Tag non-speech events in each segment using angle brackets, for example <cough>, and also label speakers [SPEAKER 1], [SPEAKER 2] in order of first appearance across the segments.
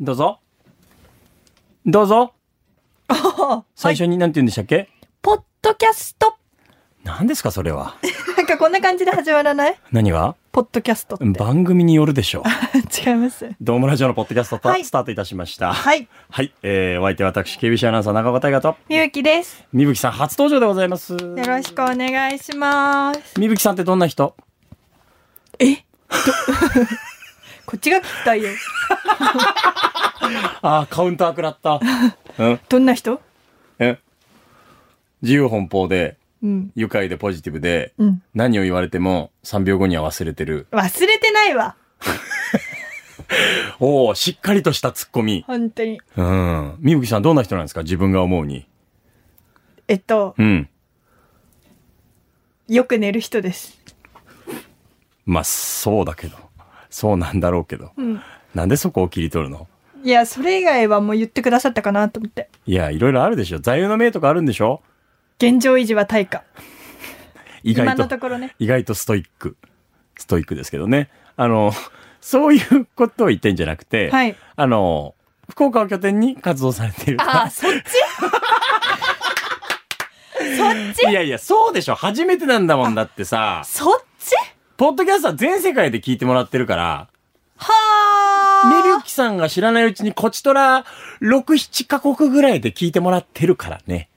[SPEAKER 1] どうぞ。どうぞ。
[SPEAKER 2] お
[SPEAKER 1] 最初に何て言うんでしたっけ、
[SPEAKER 2] ポッドキャスト。
[SPEAKER 1] 何ですか、それは。
[SPEAKER 2] なんかこんな感じで始まらない
[SPEAKER 1] 何が
[SPEAKER 2] ポッドキャストって。
[SPEAKER 1] 番組によるでしょう。
[SPEAKER 2] 違います。
[SPEAKER 1] ドームラジオのポッドキャストと
[SPEAKER 2] はい
[SPEAKER 1] スタートいたしました。はい。
[SPEAKER 2] はい。
[SPEAKER 1] えー、お相手は私、KBC アナウンサー中岡大和と、
[SPEAKER 2] みゆきです。
[SPEAKER 1] みぶきさん初登場でございます。
[SPEAKER 2] よろしくお願いします。
[SPEAKER 1] みぶきさんってどんな人
[SPEAKER 2] こっちが聞きたいよ。
[SPEAKER 1] ああ、カウンター食ら
[SPEAKER 2] <laughs>
[SPEAKER 1] った。うん。
[SPEAKER 2] どんな人
[SPEAKER 1] え自由奔放で、
[SPEAKER 2] うん。
[SPEAKER 1] 愉快でポジティブで、
[SPEAKER 2] うん。
[SPEAKER 1] 何を言われても3秒後には忘れてる。
[SPEAKER 2] 忘れてないわ。
[SPEAKER 1] おお、しっかりとしたツッコミ。
[SPEAKER 2] 本当に。
[SPEAKER 1] うん。みぶきさんどんな人なんですか自分が思うに。
[SPEAKER 2] えっと、
[SPEAKER 1] うん。
[SPEAKER 2] よく寝る人です。
[SPEAKER 1] まあ、そうだけど。そうなんだろうけど。
[SPEAKER 2] うん。
[SPEAKER 1] なんでそこを切り取るの
[SPEAKER 2] いや、それ以外はもう言ってくださったかなと思って。
[SPEAKER 1] いや、いろいろあるでしょ。座右の銘とかあるんでしょ
[SPEAKER 2] 現状維持は対価。
[SPEAKER 1] 意
[SPEAKER 2] 今
[SPEAKER 1] 外
[SPEAKER 2] の
[SPEAKER 1] と
[SPEAKER 2] と、ころね。
[SPEAKER 1] 意外とストイック。ストイックですけどね。あの、 <laughs> そういうことを言ってんじゃなくて、
[SPEAKER 2] はい。
[SPEAKER 1] あの、福岡を拠点に活動されている。
[SPEAKER 2] ああ、そ
[SPEAKER 1] <laughs>
[SPEAKER 2] っちそっ
[SPEAKER 1] い
[SPEAKER 2] ち
[SPEAKER 1] やいや、そうでしょ。初めてなんだもんだってさ、
[SPEAKER 2] そっち
[SPEAKER 1] ポッドキャストは全世界で聞いてもらってるから、み
[SPEAKER 2] は
[SPEAKER 1] るきさんが知らないうちにこちとら6、7カ国ぐらいで聞いてもらってるからね。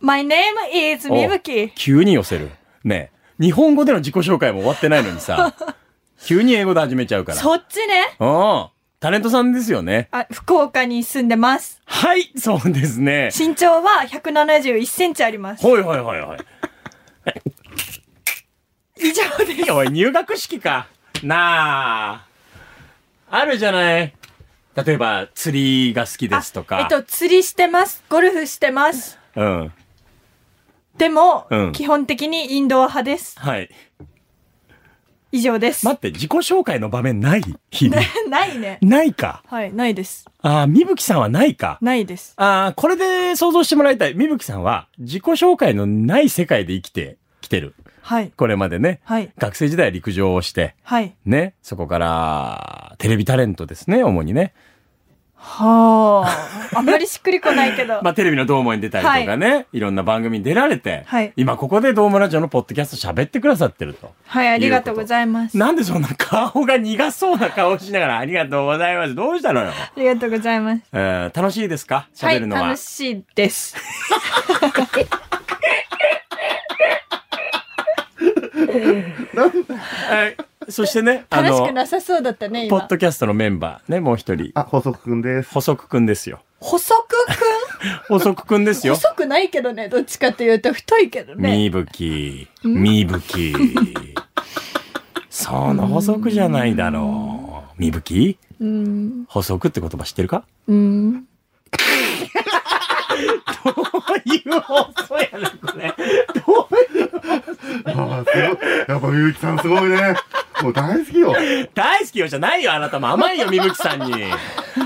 [SPEAKER 2] My name is みぶき。
[SPEAKER 1] 急に寄せる。ねえ日本語での自己紹介も終わってないのにさ、 <laughs> 急に英語で始めちゃうから。
[SPEAKER 2] そっちね。
[SPEAKER 1] うん。タレントさんですよね。
[SPEAKER 2] あ、福岡に住んでます。
[SPEAKER 1] はい、そうですね。
[SPEAKER 2] 身長は171センチあります。
[SPEAKER 1] ほいほいほいほい。
[SPEAKER 2] 以上です。
[SPEAKER 1] おい、入学式か。なあ。あるじゃない。例えば、釣りが好き <laughs> ですとか。
[SPEAKER 2] えっと、釣りしてます。ゴルフしてます。
[SPEAKER 1] うん。
[SPEAKER 2] でも、
[SPEAKER 1] うん
[SPEAKER 2] 基本的にインドア派です。
[SPEAKER 1] はい。
[SPEAKER 2] 以上です。
[SPEAKER 1] 待って、自己紹介の場面ない日々。
[SPEAKER 2] <laughs> ないね。
[SPEAKER 1] <laughs> ないか。
[SPEAKER 2] はい、ないです。
[SPEAKER 1] ああ、みぶきさんはないか。
[SPEAKER 2] ないです。
[SPEAKER 1] ああ、これで想像してもらいたい。みぶきさんは自己紹介のない世界で生きてきてる。
[SPEAKER 2] はい。
[SPEAKER 1] これまでね。
[SPEAKER 2] はい。
[SPEAKER 1] 学生時代は陸上をして、
[SPEAKER 2] はい。
[SPEAKER 1] ね。そこから、テレビタレントですね、主にね。
[SPEAKER 2] はあ。あんまりしっくりこないけど。
[SPEAKER 1] <laughs> まあ、テレビのドームに出たりとかね、い、ろんな番組に出られて、
[SPEAKER 2] はい
[SPEAKER 1] 今ここでドームラジオのポッドキャスト喋ってくださってると。
[SPEAKER 2] はい、ありがとうございます。あ
[SPEAKER 1] なんでそんな顔が苦そうな顔しながら、ありがとうございます。どうしたのよ。
[SPEAKER 2] りがとうございます。
[SPEAKER 1] えー楽しいですか喋るのは。
[SPEAKER 2] はい、楽しいです。
[SPEAKER 1] はいそしてね、あ
[SPEAKER 2] 楽しく
[SPEAKER 1] の、
[SPEAKER 2] なさそうだったね、
[SPEAKER 1] ポ
[SPEAKER 2] 今。
[SPEAKER 1] ッドキャストのメンバー、ね、もう一人、
[SPEAKER 3] あ、細くくんです。
[SPEAKER 1] 補足くんですよ。
[SPEAKER 2] 補足く
[SPEAKER 1] 補足くんです
[SPEAKER 2] ん
[SPEAKER 1] よ。
[SPEAKER 2] 細くないけどね、どっちかというと太いけどね。
[SPEAKER 1] みぶき、みぶき。その補足じゃないだろう。みぶき
[SPEAKER 2] うん。
[SPEAKER 1] 補足って言葉知ってるか
[SPEAKER 2] うん。
[SPEAKER 1] どういう放送やねんこれ。
[SPEAKER 3] あーすごい。やっぱみゆきさんすごいね。もう大好きよ。
[SPEAKER 1] 大好きよじゃないよ、あなたも。甘いよ、みぶきさんに。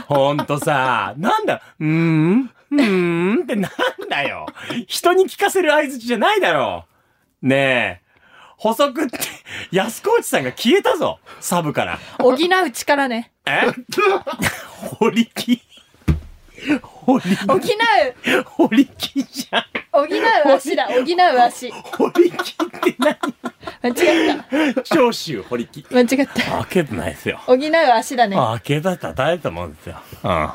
[SPEAKER 1] ほんとさ、なんだ、うーん、うーんってなんだよ。人に聞かせる合図じゃないだろう。ねえ。補足って、安河内さんが消えたぞ。サブから。
[SPEAKER 2] 補う力ね。
[SPEAKER 1] え堀木。堀
[SPEAKER 2] 補う
[SPEAKER 1] 木。、堀木じゃん。
[SPEAKER 2] 補う足だ、補う足。
[SPEAKER 1] 堀木って
[SPEAKER 2] 間違った。
[SPEAKER 1] 何長州堀木。
[SPEAKER 2] 間違った。
[SPEAKER 1] 開けてないですよ。
[SPEAKER 2] 補う足だね。
[SPEAKER 1] あ、明けた叩いたもんですよ。うん。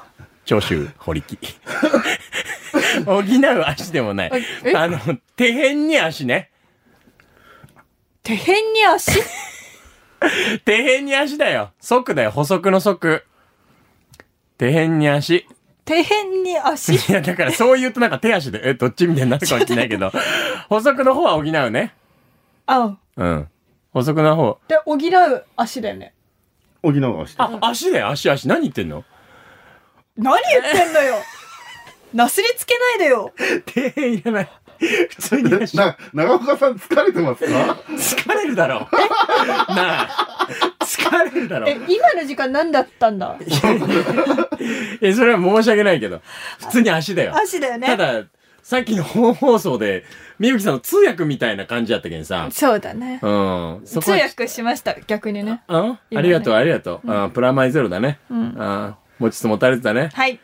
[SPEAKER 1] 長州、堀木。補う足でもない
[SPEAKER 2] あえ。
[SPEAKER 1] あの、底辺に足ね。
[SPEAKER 2] 手辺に足
[SPEAKER 1] 底辺に足だよ。足だよ。補足の足。底辺に足。
[SPEAKER 2] 手辺に足
[SPEAKER 1] いや、だからそう言うとなんか手足で、え、どっちみたいになるかもしれないけど。補足の方は補うね。
[SPEAKER 2] あ、
[SPEAKER 1] うん。補足の方。
[SPEAKER 2] で、補う足だよね。
[SPEAKER 3] 沖縄がして。
[SPEAKER 1] あ、足だよ。足、足。何言ってんの
[SPEAKER 2] 何言ってんのよなすりつけないでよ
[SPEAKER 1] 底辺いらない。 <laughs> 普通に足。
[SPEAKER 3] な、長岡さん疲れてますか
[SPEAKER 1] 疲れるだろ。 <laughs> なあ。疲れるだろ。
[SPEAKER 2] え、今の時間何だったんだ
[SPEAKER 1] え、それは申し訳ないけど、普通に足だよ。
[SPEAKER 2] 足だよね。
[SPEAKER 1] ただ、さっきの本放送で、みゆきさんの通訳みたいな感じだったけんさ、
[SPEAKER 2] そうだね。
[SPEAKER 1] うん、そこ
[SPEAKER 2] 通
[SPEAKER 1] は、
[SPEAKER 2] 訳しました、逆にね。
[SPEAKER 1] うんあ
[SPEAKER 2] ね
[SPEAKER 1] りがとう、ありがとう。うん、プラマイゼロだね。
[SPEAKER 2] ん
[SPEAKER 1] あ持ちつ持たれてた <laughs> ね。
[SPEAKER 2] はい。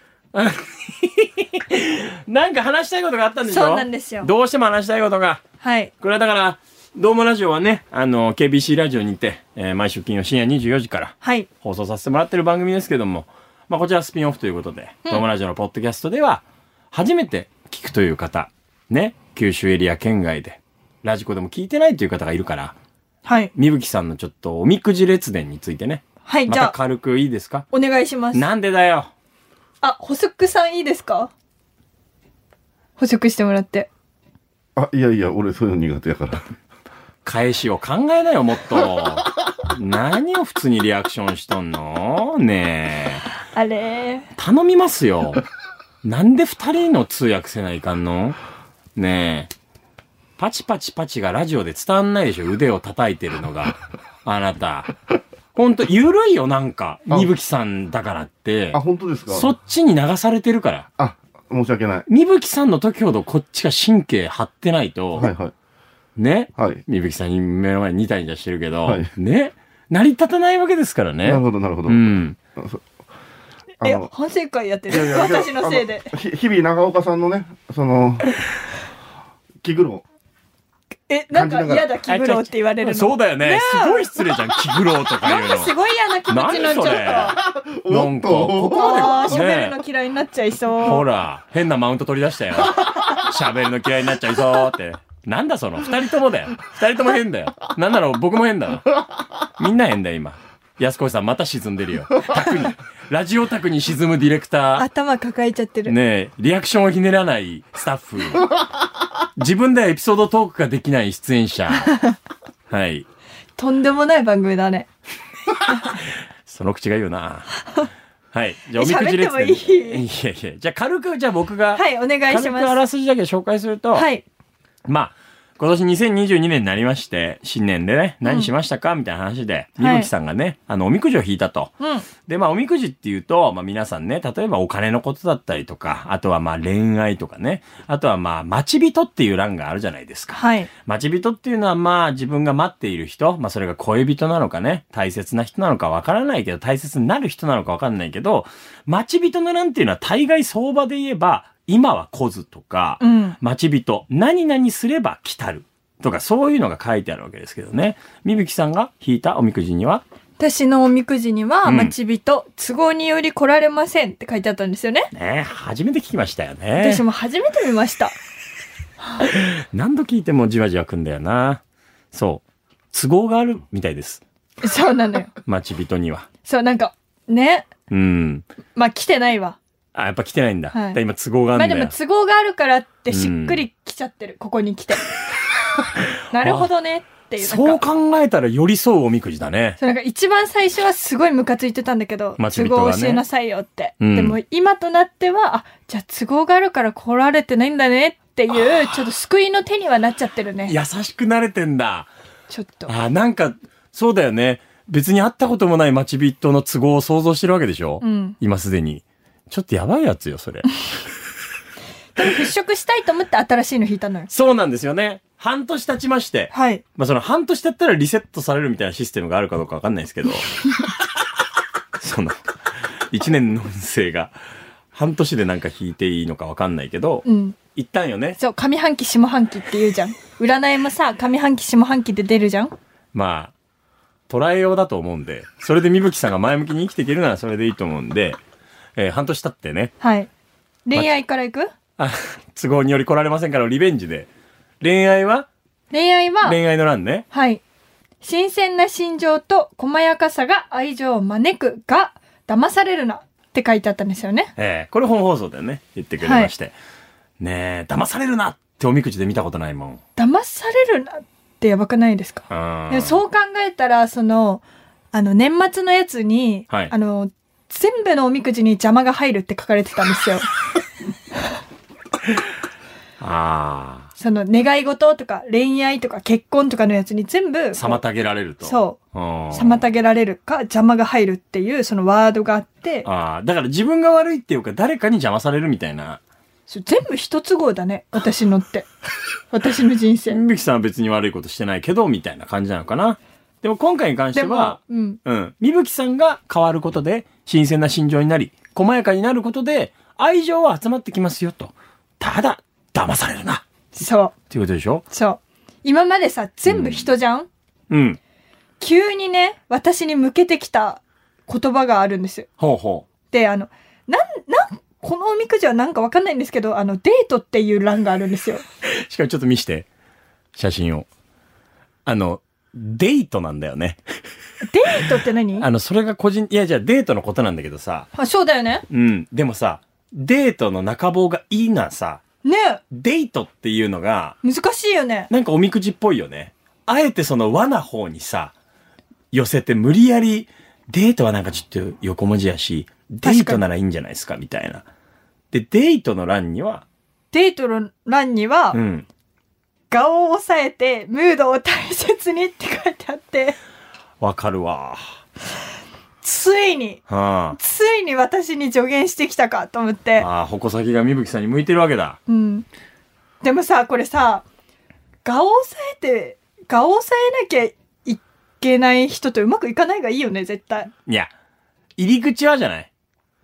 [SPEAKER 1] なんか話したいことがあったんでしょ
[SPEAKER 2] そうなんですよ
[SPEAKER 1] どうしても話したいことが。
[SPEAKER 2] はい。
[SPEAKER 1] これはだから、どうもラジオはね、あの、KBC ラジオにて、えー毎週金曜深夜24時から
[SPEAKER 2] はい。
[SPEAKER 1] 放送させてもらってる番組ですけども、まあ、こちらはスピンオフということで、どうもラジオのポッドキャストでは、初めて聞くという方、ね、九州エリア県外で、ラジコでも聞いてないという方がいるから、
[SPEAKER 2] はい。
[SPEAKER 1] みぶきさんのちょっとおみくじ列伝についてね、
[SPEAKER 2] はい。
[SPEAKER 1] ま
[SPEAKER 2] じ
[SPEAKER 1] た
[SPEAKER 2] ゃあ、
[SPEAKER 1] 軽くいいですか
[SPEAKER 2] お願いします。
[SPEAKER 1] なんでだよ
[SPEAKER 2] あ、補足さんいいですか補足してもらって。
[SPEAKER 3] あ、いやいや、俺そういうの苦手やから。
[SPEAKER 1] 返しを考えなよ、もっ
[SPEAKER 2] <laughs>
[SPEAKER 1] と。何を普通にリアクションしとんのね
[SPEAKER 2] あれー
[SPEAKER 1] え。頼みますよ。 <laughs> なんで二人の通訳せないかんのねえ。パチパチパチがラジオで伝わんないでしょ、腕を叩いてるのが。あなた。ほんと、ゆるいよ、なんか。
[SPEAKER 3] あ
[SPEAKER 1] みぶきさんだからって
[SPEAKER 3] あ、。本当ですか
[SPEAKER 1] そっちに流されてるから。
[SPEAKER 3] あ、申し訳ない。
[SPEAKER 1] みぶきさんの時ほどこっちが神経張ってないと、
[SPEAKER 3] はいはい。
[SPEAKER 1] ね。
[SPEAKER 3] はい。
[SPEAKER 1] みぶきさんに目の前にニタニタしてるけど、
[SPEAKER 3] はい
[SPEAKER 1] ね。成り立たないわけですから
[SPEAKER 3] なる
[SPEAKER 1] ね。
[SPEAKER 3] ほど、なるほど。
[SPEAKER 1] うん。
[SPEAKER 3] あそあ
[SPEAKER 2] え、
[SPEAKER 3] の、
[SPEAKER 2] 反省会やって
[SPEAKER 3] いやい
[SPEAKER 2] る。
[SPEAKER 3] や
[SPEAKER 2] 私のせいで。
[SPEAKER 3] あのひ日々長岡さんのね、その、気苦労。
[SPEAKER 2] え、なんか
[SPEAKER 3] 感じながら
[SPEAKER 2] 嫌だ、気苦労って言われるの。
[SPEAKER 1] そうだよね。すごい失礼じゃん。気苦労とか言うの。
[SPEAKER 2] すごい嫌な気持ちになっち
[SPEAKER 1] 何それ
[SPEAKER 2] ゃった。
[SPEAKER 1] なんかここ
[SPEAKER 2] ああ、
[SPEAKER 1] ね
[SPEAKER 2] 喋るの嫌いになっちゃいそ
[SPEAKER 1] ほ
[SPEAKER 2] う。
[SPEAKER 1] ら、変なマウント取り出した
[SPEAKER 2] <laughs>
[SPEAKER 1] よ。喋るの嫌いになっちゃいそうって。なんだその、二人ともだよ。二人とも変だよ。なんなら僕も変だよ。みんな変だよ、今。安越さんまた沈んでるよ。卓に。ラジオ卓に沈むディレクター。
[SPEAKER 2] 頭抱えちゃってる。
[SPEAKER 1] ねえ、リアクションをひねらないスタッフ。自分ではエピソードトークができない出演者。はい。
[SPEAKER 2] とんでもない番組だね。
[SPEAKER 1] その口が言うな。はい。じゃあ、おみ
[SPEAKER 2] 喋
[SPEAKER 1] くじ列伝。
[SPEAKER 2] ってもいい
[SPEAKER 1] やいや。じゃあ、軽く、じゃあ僕が、
[SPEAKER 2] はい、お願
[SPEAKER 1] 軽
[SPEAKER 2] いし
[SPEAKER 1] くあ
[SPEAKER 2] ます。
[SPEAKER 1] らすじだけ紹介すると、
[SPEAKER 2] はい。
[SPEAKER 1] まあ、今年2022年になりまして、新年でね、何しましたか、みたいな話で、み
[SPEAKER 2] はい
[SPEAKER 1] ぶきさんがね、あの、おみくじを引いたと。
[SPEAKER 2] うん。
[SPEAKER 1] で、まあ、おみくじっていうと、まあ、皆さんね、例えばお金のことだったりとか、あとはまあ、恋愛とかね、あとはまあ、待ち人っていう欄があるじゃないですか。
[SPEAKER 2] はい。
[SPEAKER 1] 待ち人っていうのはまあ自分が待っている人、まあそれが恋人なのかね、大切な人なのかわからないけど、大切になる人なのかわかんないけど、待ち人のなんていうのは大概相場で言えば、今は来ずとか、
[SPEAKER 2] うん。
[SPEAKER 1] 待ち人、何々すれば来たるとか、そういうのが書いてあるわけですけどね。みぶきさんが引いたおみくじには、
[SPEAKER 2] 私のおみくじには、
[SPEAKER 1] うん
[SPEAKER 2] 待ち人、都合により来られませんって書いてあったんですよね。
[SPEAKER 1] ねえ、初めて聞きましたよね
[SPEAKER 2] 私。も初めて見ました。
[SPEAKER 1] 何度聞いてもじわじわくんだよな。そう。都合があるみたいです。
[SPEAKER 2] そうなのよ。
[SPEAKER 1] 待ち人には。
[SPEAKER 2] そう、なんか、ね。
[SPEAKER 1] うん。
[SPEAKER 2] まあ、来てないわ。
[SPEAKER 1] あ、やっぱ来てないんだ。
[SPEAKER 2] はい
[SPEAKER 1] だから今都合があ
[SPEAKER 2] ま
[SPEAKER 1] る
[SPEAKER 2] あ
[SPEAKER 1] んだ
[SPEAKER 2] で
[SPEAKER 1] よ。
[SPEAKER 2] も都合があるからってしっくり来ちゃってる。ここ
[SPEAKER 1] <laughs>
[SPEAKER 2] に来て。なるほどねっていう。
[SPEAKER 1] そう
[SPEAKER 2] か。
[SPEAKER 1] 考えたら寄り添うおみくじだね。
[SPEAKER 2] そうなんか一番最初はすごいムカついてたんだけど、
[SPEAKER 1] まあ
[SPEAKER 2] 都
[SPEAKER 1] 釣り人
[SPEAKER 2] 合
[SPEAKER 1] が
[SPEAKER 2] を
[SPEAKER 1] ね
[SPEAKER 2] 教えなさいよって。
[SPEAKER 1] うん
[SPEAKER 2] でも今となっては、あ、じゃあ都合があるから来られてないんだねっていう、ちょっと救いの手にはなっちゃってるね。
[SPEAKER 1] 優しくなれてんだ。
[SPEAKER 2] ちょっと。
[SPEAKER 1] あ、なんか、そうだよね。別に会ったこともない町人の都合を想像してるわけでしょ、
[SPEAKER 2] うん。
[SPEAKER 1] 今すでに。ちょっとやばいやつよ、それ。
[SPEAKER 2] でも払拭したいと思って新しいの引いたのよ。
[SPEAKER 1] そうなんですよね。半年経ちまして。
[SPEAKER 2] はい。
[SPEAKER 1] まあ、その半年経ったらリセットされるみたいなシステムがあるかどうかわかんないですけど。 <laughs> その、一年の運勢が、半年でなんか引いていいのかわかんないけど、
[SPEAKER 2] うん。
[SPEAKER 1] 一旦よね。
[SPEAKER 2] そう、上半期下半期って言うじゃん。占いもさ、上半期下半期で出るじゃん。
[SPEAKER 1] まあ、捉えようだと思うんで、それでみぶきさんが前向きに生きていけるならそれでいいと思うんで、えー半年経ってね、
[SPEAKER 2] はい。恋愛からいく
[SPEAKER 1] あ、都合により来られませんからリベンジで。恋愛は
[SPEAKER 2] 恋愛は、
[SPEAKER 1] 恋愛の欄ね。
[SPEAKER 2] はい。新鮮な心情と細やかさが愛情を招くが、騙されるなって書いてあったんですよね。
[SPEAKER 1] えーこれ本放送でね、言ってくれまして。ねえ、騙されるなっておみくじで見たことないもん。
[SPEAKER 2] 騙されるなってやばくないですかでもそう考えたら、その、あの、年末のやつに、
[SPEAKER 1] はい
[SPEAKER 2] あの、全部のおみくじに邪魔が入るって書かれてたんで
[SPEAKER 1] <laughs>
[SPEAKER 2] すよ。
[SPEAKER 1] ああ、
[SPEAKER 2] その、願い事とか、恋愛とか、結婚とかのやつに全部、
[SPEAKER 1] 妨げられると。。
[SPEAKER 2] そうう、
[SPEAKER 1] 妨
[SPEAKER 2] 妨げられるか、邪魔が入るっていう、そのワードがあって、
[SPEAKER 1] ああ、だから自分が悪いっていうか誰かに邪魔されるみたいな。
[SPEAKER 2] それ全部一都合だね、私の
[SPEAKER 1] <laughs>
[SPEAKER 2] って。私の人生。
[SPEAKER 1] みぶきさんは別に悪いことしてないけど、みたいな感じなのかな。でも今回に関して
[SPEAKER 2] でも
[SPEAKER 1] は、、
[SPEAKER 2] うん。
[SPEAKER 1] うん。みぶきさんが変わることで、新鮮な心情になり、細やかになることで、愛情は集まってきますよと。ただ、騙されるな。っ
[SPEAKER 2] そう、
[SPEAKER 1] ていうことでしょ
[SPEAKER 2] そう。今までさ、全部人じゃん、
[SPEAKER 1] うん。
[SPEAKER 2] 急にね、私に向けてきた言葉があるんです。
[SPEAKER 1] ほうほ
[SPEAKER 2] で、あの、なん、なん、このおみくじはなんかわかんないんですけど、あの、デートっていう欄があるんで
[SPEAKER 1] <laughs>
[SPEAKER 2] すよ。
[SPEAKER 1] う。しかもちょっと見して。写真を。あの、デートなんだよね。
[SPEAKER 2] デートって何
[SPEAKER 1] あの、それが個人、いやじゃあデートのことなんだけどさ。
[SPEAKER 2] あそうだよね。
[SPEAKER 1] うん。でもさ、デートの中棒がいいなさ、
[SPEAKER 2] ね
[SPEAKER 1] デートっていうのが、
[SPEAKER 2] え難しいよね。
[SPEAKER 1] なんかおみくじっぽいよね。あえてその和な方にさ、寄せて無理やり、デートはなんかちょっと横文字やし、デートならいいんじゃないですか、みたいな。で、デートの欄には、
[SPEAKER 2] デートの欄には、
[SPEAKER 1] うん。
[SPEAKER 2] 顔を抑えて、ムードを大切にって書いてあって、
[SPEAKER 1] わかるわ。
[SPEAKER 2] ついに、
[SPEAKER 1] は
[SPEAKER 2] ついに私に助言してきたかと思っ
[SPEAKER 1] あ、
[SPEAKER 2] て。
[SPEAKER 1] ああ、矛先がみぶきさんに向いてるわけだ。
[SPEAKER 2] うん。でもさ、これさ、顔を抑えて、顔を抑えなきゃいけない人とうまくいかない方がいいよね、絶対。
[SPEAKER 1] いや、入り口はじゃない。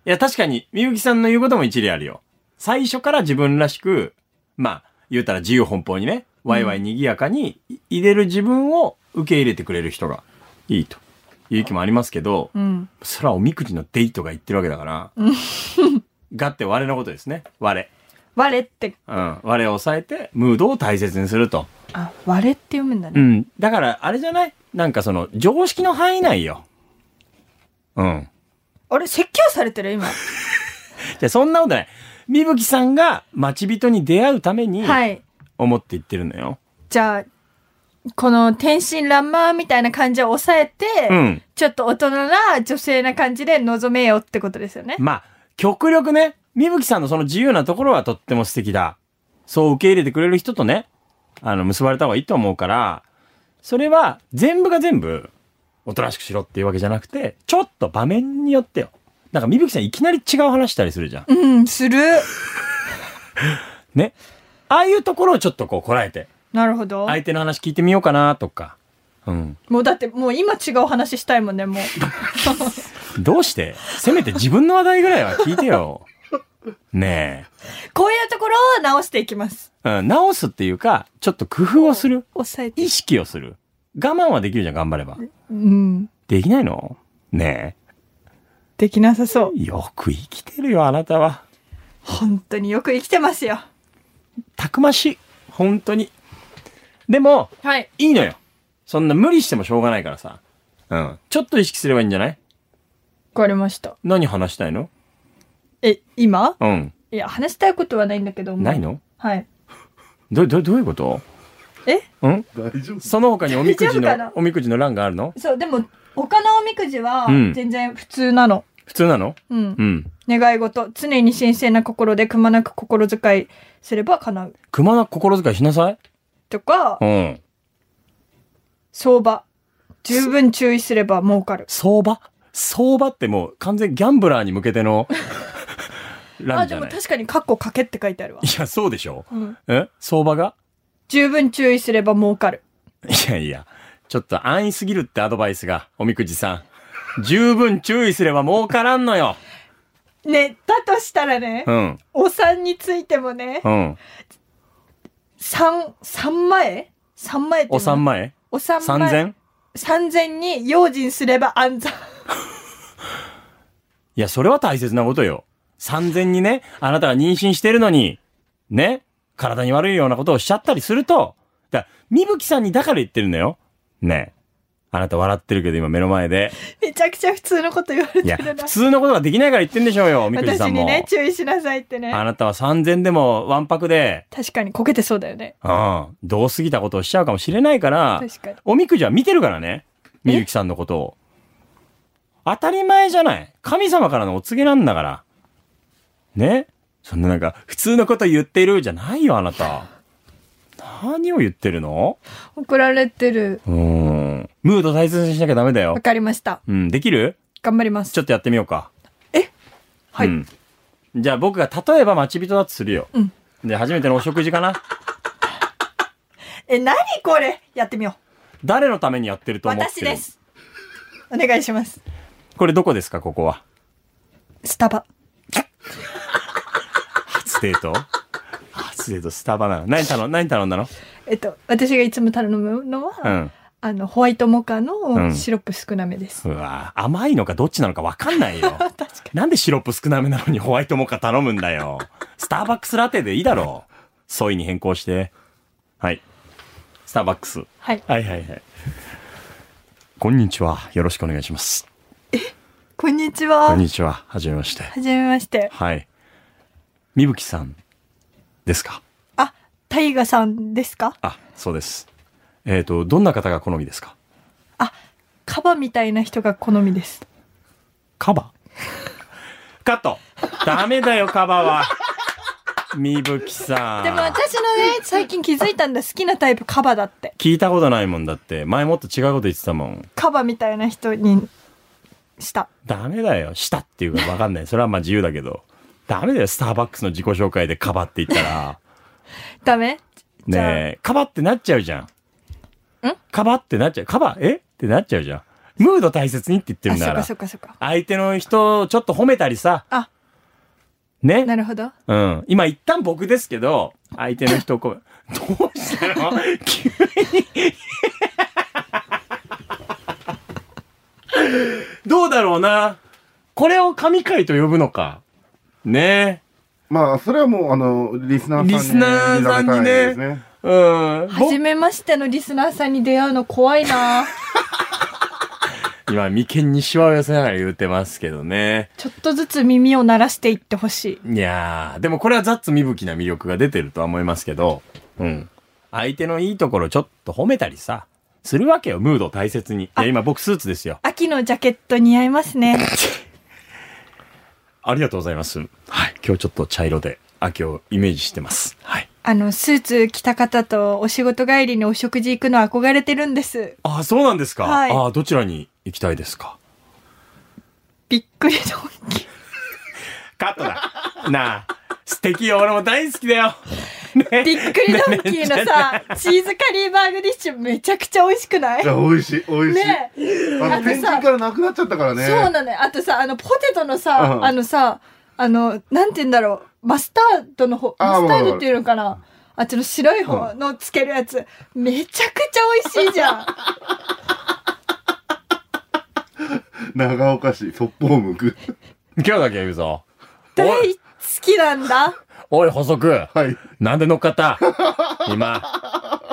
[SPEAKER 1] いや、確かに、みぶきさんの言うことも一理あるよ。最初から自分らしく、まあ、言うたら自由奔放にね、ワイワイ賑やかにい入れる自分を受け入れてくれる人がいいという意見もありますけど、
[SPEAKER 2] うん。
[SPEAKER 1] それはおみくじのデートが言ってるわけだから、がって我のことですね。我。
[SPEAKER 2] 我って、
[SPEAKER 1] うん。我を抑えて、ムードを大切にすると。
[SPEAKER 2] あ、我って読むんだ
[SPEAKER 1] う
[SPEAKER 2] ね。
[SPEAKER 1] ん。だから、あれじゃないなんかその、常識の範囲内よ。うん。
[SPEAKER 2] あれ、説教されてる今。
[SPEAKER 1] じゃそんなことない。みぶきさんが待ち人に出会うために、
[SPEAKER 2] はい。
[SPEAKER 1] 思って言ってるのよ。
[SPEAKER 2] じゃあ、この天真爛漫みたいな感じを抑えて、
[SPEAKER 1] うん。
[SPEAKER 2] ちょっと大人な女性な感じで臨めよってことですよね。
[SPEAKER 1] まあ、極力ね、みぶきさんのその自由なところはとっても素敵だ。そう受け入れてくれる人とね、あの、結ばれた方がいいと思うから、それは全部が全部、おとなしくしろっていうわけじゃなくて、ちょっと場面によってよ。なんかみぶきさんいきなり違う話したりするじゃん。
[SPEAKER 2] うん、する。
[SPEAKER 1] ね。ああいうところをちょっとこうこらえて、
[SPEAKER 2] なるほど。
[SPEAKER 1] 相手の話聞いてみようかなとか。うん。
[SPEAKER 2] もうだってもう今違う話したいもんね、もう。
[SPEAKER 1] どうしてせめて自分の話題ぐらいは聞いて
[SPEAKER 2] <laughs>
[SPEAKER 1] よ。ね
[SPEAKER 2] こういうところを直していきます。
[SPEAKER 1] え。うん、直すっていうか、ちょっと工夫をする。
[SPEAKER 2] 抑えて。
[SPEAKER 1] 意識をする。我慢はできるじゃん、頑張れば。
[SPEAKER 2] うん。
[SPEAKER 1] できないのね
[SPEAKER 2] できなさそう。
[SPEAKER 1] え。よく生きてるよ、あなたは。
[SPEAKER 2] 本当によく生きてますよ。
[SPEAKER 1] たくましい。本当に。でも、
[SPEAKER 2] はい。
[SPEAKER 1] いいのよ。そんな無理してもしょうがないからさ。うん。ちょっと意識すればいいんじゃない
[SPEAKER 2] わかりました。
[SPEAKER 1] 何話したいの
[SPEAKER 2] え、今
[SPEAKER 1] うん。
[SPEAKER 2] いや、話したいことはないんだけども。
[SPEAKER 1] ないの
[SPEAKER 2] はい。
[SPEAKER 1] ど、ど、どういうこと
[SPEAKER 2] え
[SPEAKER 1] うん
[SPEAKER 3] 大丈夫
[SPEAKER 1] その他におみくじ
[SPEAKER 2] 大丈夫かな
[SPEAKER 1] の、おみくじの欄があるの
[SPEAKER 2] そう、でも、他のおみくじは
[SPEAKER 1] うん
[SPEAKER 2] 全然普通なの。
[SPEAKER 1] 普通なの
[SPEAKER 2] うん。
[SPEAKER 1] うん。
[SPEAKER 2] 願い事、常に神聖な心でくまなく心遣いすれば叶う。
[SPEAKER 1] くまなく心遣いしなさい。
[SPEAKER 2] とか
[SPEAKER 1] う、ん。
[SPEAKER 2] 相場。十分注意すれば儲かる。
[SPEAKER 1] 相場相場ってもう完全ギャンブラーに向けて <laughs> のラ
[SPEAKER 2] あ、
[SPEAKER 1] ンじ
[SPEAKER 2] で
[SPEAKER 1] ゃ
[SPEAKER 2] も
[SPEAKER 1] ない。い
[SPEAKER 2] 確かにカッコかけって書いてあるわ。
[SPEAKER 1] や、そうでしょ
[SPEAKER 2] うん。
[SPEAKER 1] え相場が
[SPEAKER 2] 十分注意すれば儲かる。
[SPEAKER 1] いやいや、ちょっと安易すぎるってアドバイスが、おみくじさん。十分注意すれば儲からんのよ。
[SPEAKER 2] ね、だとしたらね、
[SPEAKER 1] うん、
[SPEAKER 2] お産についてもね、
[SPEAKER 1] うん。
[SPEAKER 2] 三、三前三前って
[SPEAKER 1] お三
[SPEAKER 2] 前。
[SPEAKER 1] 万円
[SPEAKER 2] お三前。
[SPEAKER 1] 三千
[SPEAKER 2] 三千に用心すれば安産。 <laughs>
[SPEAKER 1] いや、それは大切なことよ。三千にね、あなたが妊娠してるのに、ね、体に悪いようなことをしちゃったりすると、だから、みぶきさんにだから言ってるのよ。ねえ。あなた笑ってるけど今目の前
[SPEAKER 2] <laughs>
[SPEAKER 1] で。
[SPEAKER 2] めちゃくちゃ普通のこと言われ
[SPEAKER 1] い
[SPEAKER 2] て
[SPEAKER 1] や、
[SPEAKER 2] るな
[SPEAKER 1] 普。通のことができないから言ってんでしょうよ、おみくじさ
[SPEAKER 2] 私
[SPEAKER 1] ん
[SPEAKER 2] に
[SPEAKER 1] も。
[SPEAKER 2] ね、注意しなさいってね。
[SPEAKER 1] あなたは3000でもわんぱくで、
[SPEAKER 2] 確かにこけてそうだよね。
[SPEAKER 1] うん、どうすぎたことをしちゃうかもしれないから、
[SPEAKER 2] 確かに。
[SPEAKER 1] おみくじは見てるからね、みゆきさんのことを。当たり前じゃない。神様からのお告げなんだから。ねそんななんか、普通のこと言ってるじゃないよ、あなた。何を言ってるの
[SPEAKER 2] 怒られてる。
[SPEAKER 1] うーん。ムード大切にしなきゃダメだよ
[SPEAKER 2] わ。かりました。
[SPEAKER 1] うん、できる
[SPEAKER 2] 頑張ります。
[SPEAKER 1] ちょっとやってみようか。
[SPEAKER 2] はい。
[SPEAKER 1] うんじゃあ僕が例えば待ち人だとするよ。
[SPEAKER 2] うん
[SPEAKER 1] で、初めてのお食事かな
[SPEAKER 2] え、なにこれやってみよ
[SPEAKER 1] 誰のためにやってる
[SPEAKER 2] う。
[SPEAKER 1] と思ってる
[SPEAKER 2] 私です。お願いします。
[SPEAKER 1] これどこですかここは。
[SPEAKER 2] スタバ。
[SPEAKER 1] 初デート <laughs> 初デートスタバなの何頼ん何頼んだの
[SPEAKER 2] えっと、私がいつも頼むのは、
[SPEAKER 1] うん
[SPEAKER 2] あの、ホワイトモカ
[SPEAKER 1] うん
[SPEAKER 2] のシロップ少なめです。 <laughs>
[SPEAKER 1] うわ甘いのかどっちなのか分かんない <laughs> よなんでシロップ少なめなのにホワイトモカ頼むんだよスターバックスラテでいいだろうソイに変更してはいスターバックス
[SPEAKER 2] はい。
[SPEAKER 1] はいはいはいこんにちはよろしくお願いします
[SPEAKER 2] こんにち
[SPEAKER 1] こ
[SPEAKER 2] は
[SPEAKER 1] ん。にちははじめまして
[SPEAKER 2] はじめまして。
[SPEAKER 1] はいみぶきさんですか
[SPEAKER 2] あ、タイガさんですか
[SPEAKER 1] あそうですえっ、とどんな方が好みですか
[SPEAKER 2] あ、カバみたいな人が好みです。
[SPEAKER 1] カバカットダメだよカバはみぶきさん
[SPEAKER 2] でも私のね、最近気づいたんだ。好きなタイプカバだって。
[SPEAKER 1] 聞いたことないもんだって前もっと違うこと言ってたもん
[SPEAKER 2] カバみたいな人にした。
[SPEAKER 1] ダメだよしたっていうか分かんないそれはまあ自由だけどダメだよスターバックスの自己紹介でカバって言ったら
[SPEAKER 2] ダメ <laughs> じゃあ
[SPEAKER 1] ねえカバってなっちゃうじゃん
[SPEAKER 2] ん
[SPEAKER 1] カバってなっちゃうカバえってなっちゃうじゃんムード大切にって言ってる
[SPEAKER 2] あ、
[SPEAKER 1] ん
[SPEAKER 2] そ
[SPEAKER 1] だか
[SPEAKER 2] っからそっかそっか。
[SPEAKER 1] 相手の人をちょっと褒めたりさ
[SPEAKER 2] あ、
[SPEAKER 1] ね
[SPEAKER 2] なるほど。
[SPEAKER 1] うん。今一旦僕ですけど、相手の人をこう、どうしたの急に。どうだろうな。これを神回と呼ぶのか。ね
[SPEAKER 3] まあ、それはもう、あの、リスナーさんに。
[SPEAKER 1] リスナーさんにね
[SPEAKER 3] 委ねたいですね。
[SPEAKER 1] え。うん。
[SPEAKER 2] はじ
[SPEAKER 1] 僕
[SPEAKER 2] めましてのリスナーさんに出会うの怖い
[SPEAKER 1] <laughs>
[SPEAKER 2] な
[SPEAKER 1] 今、眉間にシワを寄せながら言うてますけどね。
[SPEAKER 2] ちょっとずつ耳を鳴らしていってほしい。
[SPEAKER 1] いやー、でもこれはザッツみぶきな魅力が出てるとは思いますけど、うん。相手のいいところちょっと褒めたりさ、するわけよ、ムードを大切に。いや、今僕スーツですよ。
[SPEAKER 2] 秋のジャケット似合いますね。
[SPEAKER 1] ありがとうございます。はい。今日ちょっと茶色で秋をイメージしてます。はい。
[SPEAKER 2] あの、スーツ着た方とお仕事帰りにお食事行くの憧れてるんです。
[SPEAKER 1] ああ、そうなんですか。
[SPEAKER 2] はい
[SPEAKER 1] ああ、どちらに行きたいですか。
[SPEAKER 2] びっくりドンキ。
[SPEAKER 1] カットだ。 <laughs> なあ、素敵よ。俺も大好きだよ。 <laughs> ね
[SPEAKER 2] びっくりドンキーのさ、チーズカリーバーグディッシュめちゃくちゃ美味しくない
[SPEAKER 3] いや、美味しい、美味しい。
[SPEAKER 2] ねえ、
[SPEAKER 3] あ
[SPEAKER 2] あ
[SPEAKER 3] の、
[SPEAKER 2] とさ
[SPEAKER 3] ペンギンからなくなっちゃったからね。
[SPEAKER 2] そうなのよ。あとさ、あの、ポテトのさ、
[SPEAKER 3] うん
[SPEAKER 2] あのさ、あの、なんて言うんだろう。マスタードの方、マ
[SPEAKER 3] あー
[SPEAKER 2] スター
[SPEAKER 3] わかるわか
[SPEAKER 2] ド
[SPEAKER 3] る
[SPEAKER 2] っていうのかなあっちの白い方のつけるやつ、めちゃくちゃ美味しいじ
[SPEAKER 3] <laughs>
[SPEAKER 2] ゃん。
[SPEAKER 3] 長岡市、そっぽを向く。
[SPEAKER 1] 今日だけは言うぞ。お
[SPEAKER 2] 大
[SPEAKER 1] い、
[SPEAKER 2] 好きなんだ。
[SPEAKER 1] おい、補足。
[SPEAKER 3] はい。
[SPEAKER 1] なんで乗っかった今。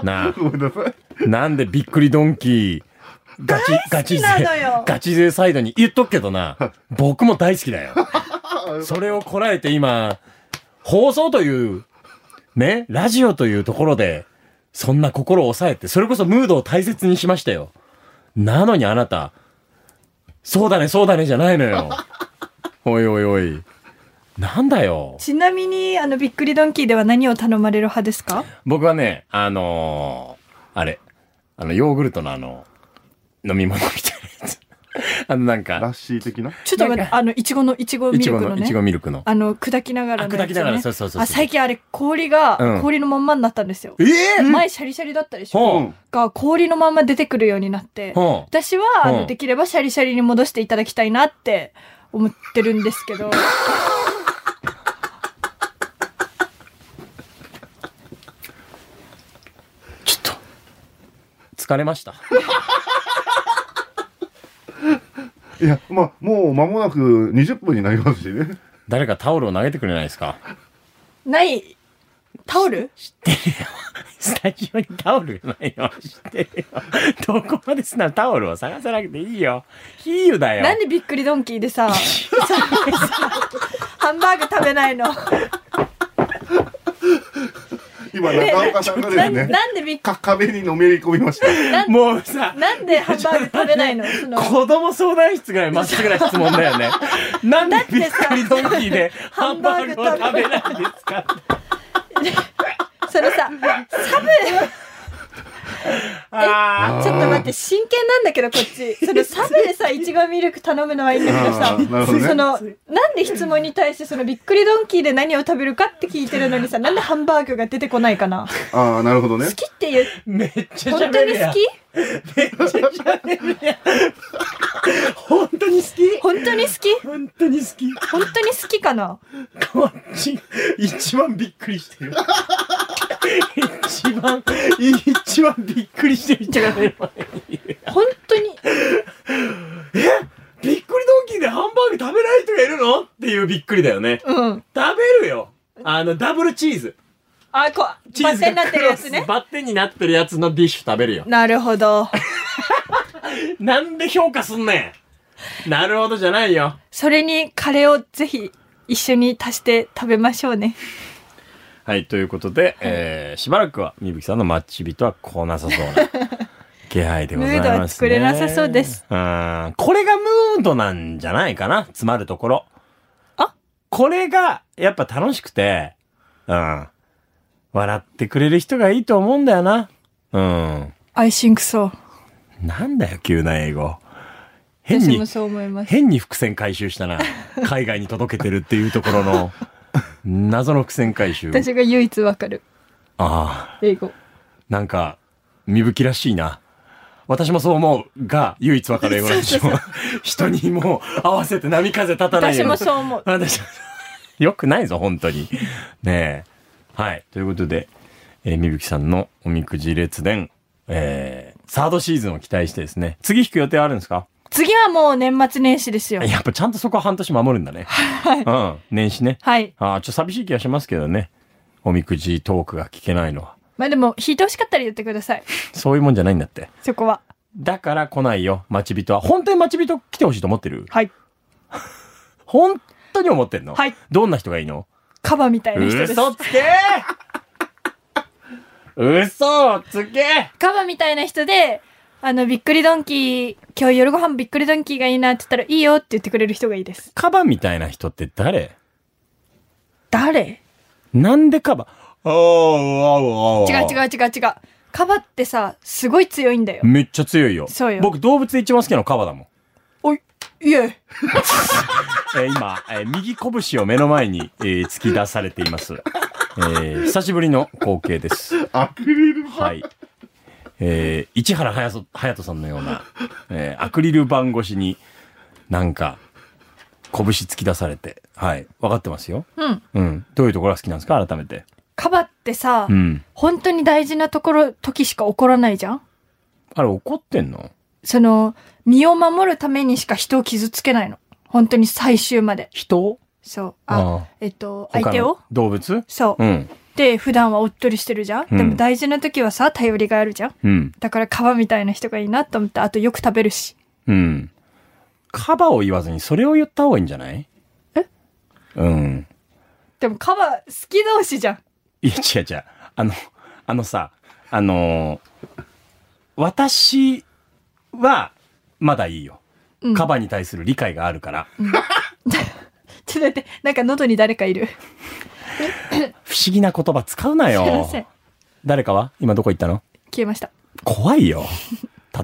[SPEAKER 1] なあ、
[SPEAKER 3] ごめんなさい。
[SPEAKER 1] なんでびっくりドンキー。ガチ、ガチ勢
[SPEAKER 2] なのよ、
[SPEAKER 1] ガチ勢サイドに言っとくけどな、僕も大好き
[SPEAKER 2] <laughs>
[SPEAKER 1] だよ。
[SPEAKER 3] あ
[SPEAKER 1] それをこらえて今、放送という、ね、ラジオというところで、そんな心を抑えて、それこそムードを大切にしましたよ。なのにあなた、そうだね、そうだね、じゃないの
[SPEAKER 2] <laughs>
[SPEAKER 1] よ。おいおいおい。なんだよ。
[SPEAKER 2] ちなみに、あの、びっくりドンキーでは何を頼まれる派ですか
[SPEAKER 1] 僕はね、あのーあれ、あの、ヨーグルトのあの、飲み物みたいなやつ。 <laughs> あの、なん
[SPEAKER 3] ラ
[SPEAKER 1] か、
[SPEAKER 3] ッシー的な
[SPEAKER 2] ちょっと待って、あの、いちごの、いちごミ
[SPEAKER 1] い
[SPEAKER 2] ル
[SPEAKER 1] ち
[SPEAKER 2] ク
[SPEAKER 1] ご
[SPEAKER 2] の
[SPEAKER 1] の、いち
[SPEAKER 2] ね。
[SPEAKER 1] ごミルクの。
[SPEAKER 2] あの、砕きながらのやつ、ね。
[SPEAKER 1] あ砕きながらそうそうそうそう
[SPEAKER 2] あ、最近あれ、氷
[SPEAKER 1] う
[SPEAKER 2] が
[SPEAKER 1] ん、
[SPEAKER 2] 氷のまんまになったんですよ。
[SPEAKER 1] ええ
[SPEAKER 2] 前、シャリシャリだったでしょ
[SPEAKER 1] ほう
[SPEAKER 3] うん
[SPEAKER 2] が氷のまんま出てくるようになって、
[SPEAKER 1] ほう
[SPEAKER 2] 私は、あ
[SPEAKER 1] うん
[SPEAKER 2] の、できればシャリシャリに戻していただきたいなって思ってるんです
[SPEAKER 1] <laughs>
[SPEAKER 2] けど、
[SPEAKER 1] ちょっと、疲れました。
[SPEAKER 3] いや、まあ、もう間もなく20分になりますしね。 <laughs>
[SPEAKER 1] 誰かタオルを投げてくれないですか
[SPEAKER 2] ない、タオル
[SPEAKER 1] <laughs> スタジオにタオルがないの知ってるよ。どこまで素直にタオルを探さなくていいよ。比喩だよ。
[SPEAKER 2] なんでびっくりドンキーで
[SPEAKER 1] <laughs>
[SPEAKER 2] さ、さハンバーグ食べないの
[SPEAKER 3] 今、中岡さんがです
[SPEAKER 2] な
[SPEAKER 3] ね、
[SPEAKER 2] なんでびっ
[SPEAKER 3] か壁にのめり込みました。
[SPEAKER 2] なん
[SPEAKER 1] もうさ、
[SPEAKER 2] なんでハンバーグ食べないのその
[SPEAKER 1] 子供相談室ぐらいまっすぐな質問だよね。なんでびっくりドンキーでハ
[SPEAKER 2] ハ
[SPEAKER 1] ン
[SPEAKER 2] ン
[SPEAKER 1] バ
[SPEAKER 2] バ
[SPEAKER 1] ー
[SPEAKER 2] ー
[SPEAKER 1] グ
[SPEAKER 2] グ
[SPEAKER 1] を
[SPEAKER 2] を
[SPEAKER 1] 食
[SPEAKER 2] 食
[SPEAKER 1] べ
[SPEAKER 2] べ
[SPEAKER 1] ないんですか
[SPEAKER 2] そのさ、サブ、
[SPEAKER 1] あ
[SPEAKER 2] ちょっと待って、真剣なんだけど、こっち。そのサブでさ、いちごミルク頼むのはいいんだけどさ
[SPEAKER 3] あー、なるほどね
[SPEAKER 2] その、なんで質問に対して、そのびっくりドンキーで何を食べるかって聞いてるのにさ、なんでハンバーグが出てこないかな。
[SPEAKER 3] ああ、なるほどね
[SPEAKER 2] 好。きって言う、
[SPEAKER 1] ーめっちゃ
[SPEAKER 2] 本
[SPEAKER 1] 喋
[SPEAKER 2] 当
[SPEAKER 1] る
[SPEAKER 2] に
[SPEAKER 1] や
[SPEAKER 2] 好
[SPEAKER 1] ん
[SPEAKER 2] き
[SPEAKER 1] めっちゃ喋るやん本当に好き
[SPEAKER 2] 本当に好き
[SPEAKER 1] 本当に好き
[SPEAKER 2] 本当に好きかな
[SPEAKER 1] こっち一番びっくりしてる一番一番びっくりしてる人が目の前にいる
[SPEAKER 2] 本当に、
[SPEAKER 1] えびっくりドンキーでハンバーグ食べない人がいるのっていうびっくりだよね
[SPEAKER 2] うん。
[SPEAKER 1] 食べるよあのダブルチーズ
[SPEAKER 2] あ、こう、
[SPEAKER 1] チ
[SPEAKER 2] バ
[SPEAKER 1] ー
[SPEAKER 2] ッ
[SPEAKER 1] ズ
[SPEAKER 2] テン
[SPEAKER 1] が
[SPEAKER 2] になってるやつ
[SPEAKER 1] クロ
[SPEAKER 2] ね
[SPEAKER 1] ス。バッテンになってるやつのディッシュ食べるよ
[SPEAKER 2] なるほど。
[SPEAKER 1] なんで評価すんねんなるほどじゃないよ
[SPEAKER 2] それにカレーをぜひ一緒に足して食べましょうね。
[SPEAKER 1] はいということで、えーしばらくはみぶきさんのマッチビとは来なさそう
[SPEAKER 2] <laughs>
[SPEAKER 1] な気配でございます、ね、
[SPEAKER 2] ムードは作れなさそうです
[SPEAKER 1] うんこれがムードなんじゃないかな詰まるところ
[SPEAKER 2] あ
[SPEAKER 1] これがやっぱ楽しくてうん笑ってくれる人がいいと思うんだよなうん
[SPEAKER 2] アイシンクそう。
[SPEAKER 1] なんだよ急な英語変
[SPEAKER 2] 私
[SPEAKER 1] に
[SPEAKER 2] もそう思います。
[SPEAKER 1] 変に伏線回収
[SPEAKER 2] <laughs>
[SPEAKER 1] したな。海外に届けてるっていうところの、謎の伏線回収。あ
[SPEAKER 2] 私が唯一わかる。
[SPEAKER 1] あ、
[SPEAKER 2] 英語。
[SPEAKER 1] なんか、みぶきらしいな。私もそう思うが、唯一わかる英語なんでしょ。 <laughs> 人にもう合わせて波風立たない
[SPEAKER 2] 私
[SPEAKER 1] ように
[SPEAKER 2] もそう思う。
[SPEAKER 1] <laughs> 私もよくないぞ、本当に。ねえ。はい。ということで、えーみぶきさんのおみくじ列伝、えーサードシーズンを期待してですね。次引く予定はあるんですか
[SPEAKER 2] 次はもう年末年始ですよ。
[SPEAKER 1] やっぱちゃんとそこは半年守るんだね。うん。年始ね。
[SPEAKER 2] はい。
[SPEAKER 1] ああ、ちょっと寂しい気がしますけどね。おみくじトークが聞けないのは。
[SPEAKER 2] まあでも、引いてほしかったら言ってください。
[SPEAKER 1] そういうもんじゃないんだって。
[SPEAKER 2] そこは。
[SPEAKER 1] だから来ないよ、待ち人は。本当に待ち人来てほしいと思ってる
[SPEAKER 2] はい。
[SPEAKER 1] 本当に思ってんの
[SPEAKER 2] はい。
[SPEAKER 1] どんな人がいいの
[SPEAKER 2] カバみたいな人です。
[SPEAKER 1] 嘘 <laughs> つけ嘘をつけ
[SPEAKER 2] カバみたいな人で、あの、びっくりドンキー、今日夜ご飯びっくりドンキーがいいなって言ったら、いいよって言ってくれる人がいいです。
[SPEAKER 1] カバみたいな人って誰
[SPEAKER 2] 誰
[SPEAKER 1] なんでカバおーおーお
[SPEAKER 2] 違う
[SPEAKER 1] ーおー
[SPEAKER 2] 違う違う違う。カバってさ、すごい強いんだよ。
[SPEAKER 1] めっちゃ強いよ。
[SPEAKER 2] そうよ
[SPEAKER 1] 僕動物で一番好きなのカバだもん。
[SPEAKER 2] おい、いえ。
[SPEAKER 1] えー今、えー右拳を目の前に、えー突き出されています。えー久しぶりの光景です。
[SPEAKER 3] アクリル板。
[SPEAKER 1] はい。えー市原隼人隼人さんのような、えーアクリル板越しに、なんか、拳突き出されて、はい。分かってますよ。
[SPEAKER 2] うん。
[SPEAKER 1] うん。どういうところが好きなんですか改めて。
[SPEAKER 2] カバってさ、
[SPEAKER 1] うん。
[SPEAKER 2] 本当に大事なところ、時しか起こらないじゃん
[SPEAKER 1] あれ怒ってんの
[SPEAKER 2] その、身を守るためにしか人を傷つけないの。本当に最終まで。
[SPEAKER 1] 人
[SPEAKER 2] そう。あ、
[SPEAKER 1] あ
[SPEAKER 2] えっと、
[SPEAKER 1] 他の
[SPEAKER 2] 相手を
[SPEAKER 1] 動物
[SPEAKER 2] そう。
[SPEAKER 1] うん。
[SPEAKER 2] で、普段はおっとりしてるじゃん、
[SPEAKER 1] うん
[SPEAKER 2] でも大事な時はさ、頼りがあるじゃん
[SPEAKER 1] うん。
[SPEAKER 2] だから皮みたいな人がいいなと思って、あとよく食べるし。
[SPEAKER 1] うん。カバを言わずにそれを言った方がいいんじゃない
[SPEAKER 2] え
[SPEAKER 1] うん。
[SPEAKER 2] でも皮好き同士じゃん。
[SPEAKER 1] いや、違う違う。あの、あのさ、あのー私は、まだいいよ。
[SPEAKER 2] うん。
[SPEAKER 1] カバに対する理解があるから。
[SPEAKER 2] ちょっと待って、なんか喉に誰かいる。
[SPEAKER 1] 不思議な言葉使うな
[SPEAKER 2] すいま
[SPEAKER 1] よ
[SPEAKER 2] せん。
[SPEAKER 1] 誰かは今どこ行ったの
[SPEAKER 2] 消えました。
[SPEAKER 1] 怖いよ。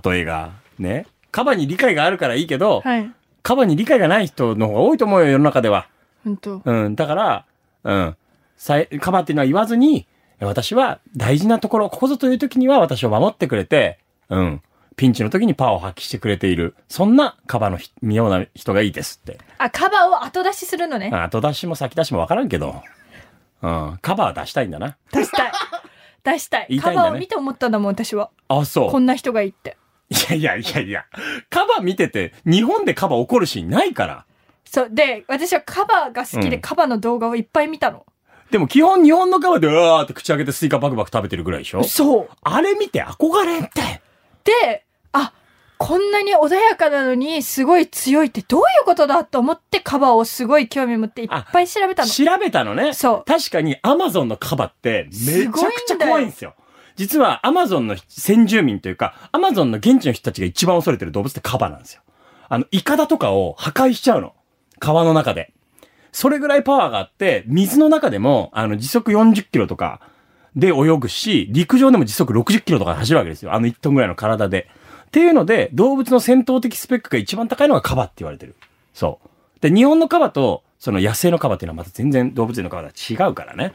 [SPEAKER 1] 例えが。ね。カバに理解があるからいいけど、
[SPEAKER 2] はい。
[SPEAKER 1] カバに理解がない人の方が多いと思うよ、世の中では。
[SPEAKER 2] 本当。
[SPEAKER 1] うん。だから、うん。さいカバっていうのは言わずに、私は大事なところ、ここぞという時には私を守ってくれて、うん。ピンチの時にパワーを発揮してくれている。そんなカバのひ妙な人がいいですって。
[SPEAKER 2] あ、カバを後出しするのね。
[SPEAKER 1] 後出しも先出しもわからんけど。うん。カバー出したいんだな。
[SPEAKER 2] 出した
[SPEAKER 1] <laughs>
[SPEAKER 2] い。出した
[SPEAKER 1] 言
[SPEAKER 2] い。
[SPEAKER 1] いた
[SPEAKER 2] カ
[SPEAKER 1] いんだね
[SPEAKER 2] バを見て思ったんだもん、私は。
[SPEAKER 1] あ、そ
[SPEAKER 2] こ
[SPEAKER 1] う。
[SPEAKER 2] んな人がいいって。
[SPEAKER 1] いやいやいやいや。カバ見てて、日本でカバ怒るシーンないから。
[SPEAKER 2] そう。で、私はカバが好きで、
[SPEAKER 1] うん
[SPEAKER 2] カバの動画をいっぱい見たの。
[SPEAKER 1] でも基本日本のカバで、うわーって口開けてスイカバクバク食べてるぐらいでしょ
[SPEAKER 2] そう。
[SPEAKER 1] あれ見て憧れんって。
[SPEAKER 2] で、あ、こんなに穏やかなのに、すごい強いってどういうことだと思って、カバをすごい興味持っていっぱい調べたの。
[SPEAKER 1] 調べたのね。
[SPEAKER 2] そう
[SPEAKER 1] 確かにアマゾンのカバってめちゃくちゃ怖いんですよ。実はアマゾンの先住民というか、アマゾンの現地の人たちが一番恐れてる動物ってカバなんですよ。あの、イカダとかを破壊しちゃうの。川の中で。それぐらいパワーがあって、水の中でも、あの、時速40キロとか、で泳ぐし、陸上でも時速60キロとか走るわけですよ。あの1トンぐらいの体で。っていうので、動物の戦闘的スペックが一番高いのがカバって言われてる。そう。で、日本のカバと、その野生のカバっていうのはまた全然動物園のカバとは違うからね。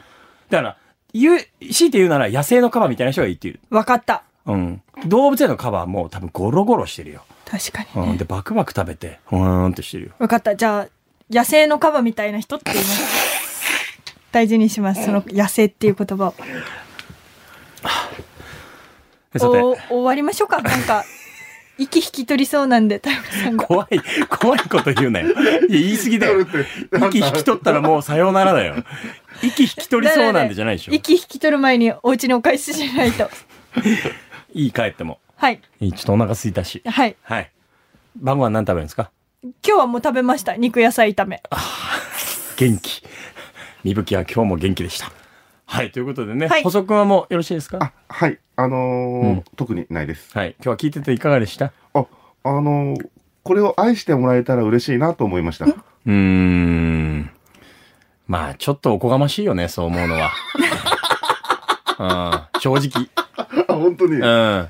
[SPEAKER 1] だから、言う、強いて言うなら野生のカバみたいな人がいいっていう。
[SPEAKER 2] わかった。
[SPEAKER 1] うん。動物園のカバはもう多分ゴロゴロしてるよ。
[SPEAKER 2] 確か
[SPEAKER 1] う
[SPEAKER 2] に、
[SPEAKER 1] ん。
[SPEAKER 2] ね。
[SPEAKER 1] で、バクバク食べて、うーんってしてるよ。
[SPEAKER 2] わかった。じゃあ、野生のカバみたいな人って言います。大事にします。その野生っていう言葉を。
[SPEAKER 1] でさて、
[SPEAKER 2] お終わりましょうか。な
[SPEAKER 1] <laughs>
[SPEAKER 2] んか、息引き取りそうなんで、田山さんが。
[SPEAKER 1] 怖い、 <laughs> 怖いこと言うなよ。いや、言い過ぎだ
[SPEAKER 2] <laughs>
[SPEAKER 1] よ。息引き取ったらもうさようならだよ。息引き取りそうなんでじゃないでしょ。
[SPEAKER 2] 息引き取る前にお家にお返ししないと。
[SPEAKER 1] いい帰っても。
[SPEAKER 2] はい。
[SPEAKER 1] いいちょっとお腹空いたし。
[SPEAKER 2] はい。
[SPEAKER 1] はい。晩ご飯何食べるんですか
[SPEAKER 2] 今日はもう食べました。肉野菜炒め。
[SPEAKER 1] 元気。みぶきは今日も元気でした。はい、ということでね、
[SPEAKER 2] はい
[SPEAKER 1] 細くんはもうよろしいですか
[SPEAKER 3] あ、はい。あのー
[SPEAKER 1] うん
[SPEAKER 3] 特にないです。
[SPEAKER 1] はい、今日は聞いてていかがでした
[SPEAKER 3] あ、あのーこれを愛してもらえたら嬉しいなと思いました。
[SPEAKER 1] うーん。まあ、ちょっとおこがましいよね、そう思うのは。 <laughs> うん、正直。
[SPEAKER 3] あ、本当に。
[SPEAKER 1] う
[SPEAKER 3] はい
[SPEAKER 1] ん。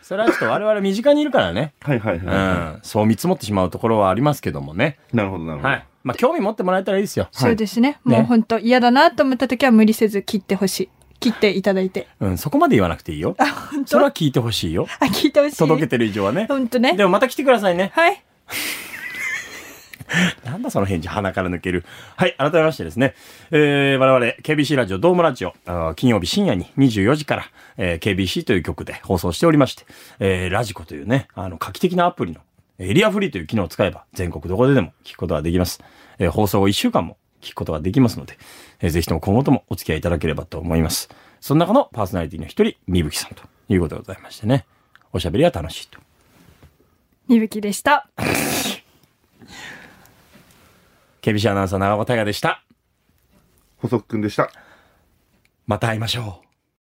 [SPEAKER 1] それはちょっと我々身近にいるからね。
[SPEAKER 3] はいはい、は
[SPEAKER 1] うん。そう見積もってしまうところはありますけどもね。
[SPEAKER 3] い。なるほどなるほど。
[SPEAKER 1] はい。まあ、興味持ってもらえたらいいですよ。
[SPEAKER 2] そうですね。
[SPEAKER 1] ね
[SPEAKER 2] もう本当嫌だなと思った時は無理せず切ってほしい。切っていただいて。
[SPEAKER 1] うん。そこまで言わなくていいよ。
[SPEAKER 2] あ、本
[SPEAKER 1] <laughs> それ
[SPEAKER 2] 当
[SPEAKER 1] は聞いてほしいよ。
[SPEAKER 2] <laughs> あ、聞いてほしい。
[SPEAKER 1] 届けてる以上はね。
[SPEAKER 2] 本当ね
[SPEAKER 1] で。もまた来てくださいね。
[SPEAKER 2] はい。
[SPEAKER 1] なんだその返事、鼻から抜ける。はい、改めましてですね、えー、我々、KBC ラジオ、ドームラジオ、あー金曜日深夜に24時から、えー、KBC という曲で放送しておりまして、えー、ラジコというね、あの、画期的なアプリの、エリアフリーという機能を使えば、全国どこででも聞くことができます。えー、放送後1週間も聞くことができますので、えー、ぜひとも今後ともお付き合いいただければと思います。その中のパーソナリティの一人、みぶきさんということでございましてね、おしゃべりは楽しいと。
[SPEAKER 2] みぶきでした。
[SPEAKER 1] KBC アナウンサー長尾大河でした。
[SPEAKER 3] 細くんでした。
[SPEAKER 1] また会いましょう。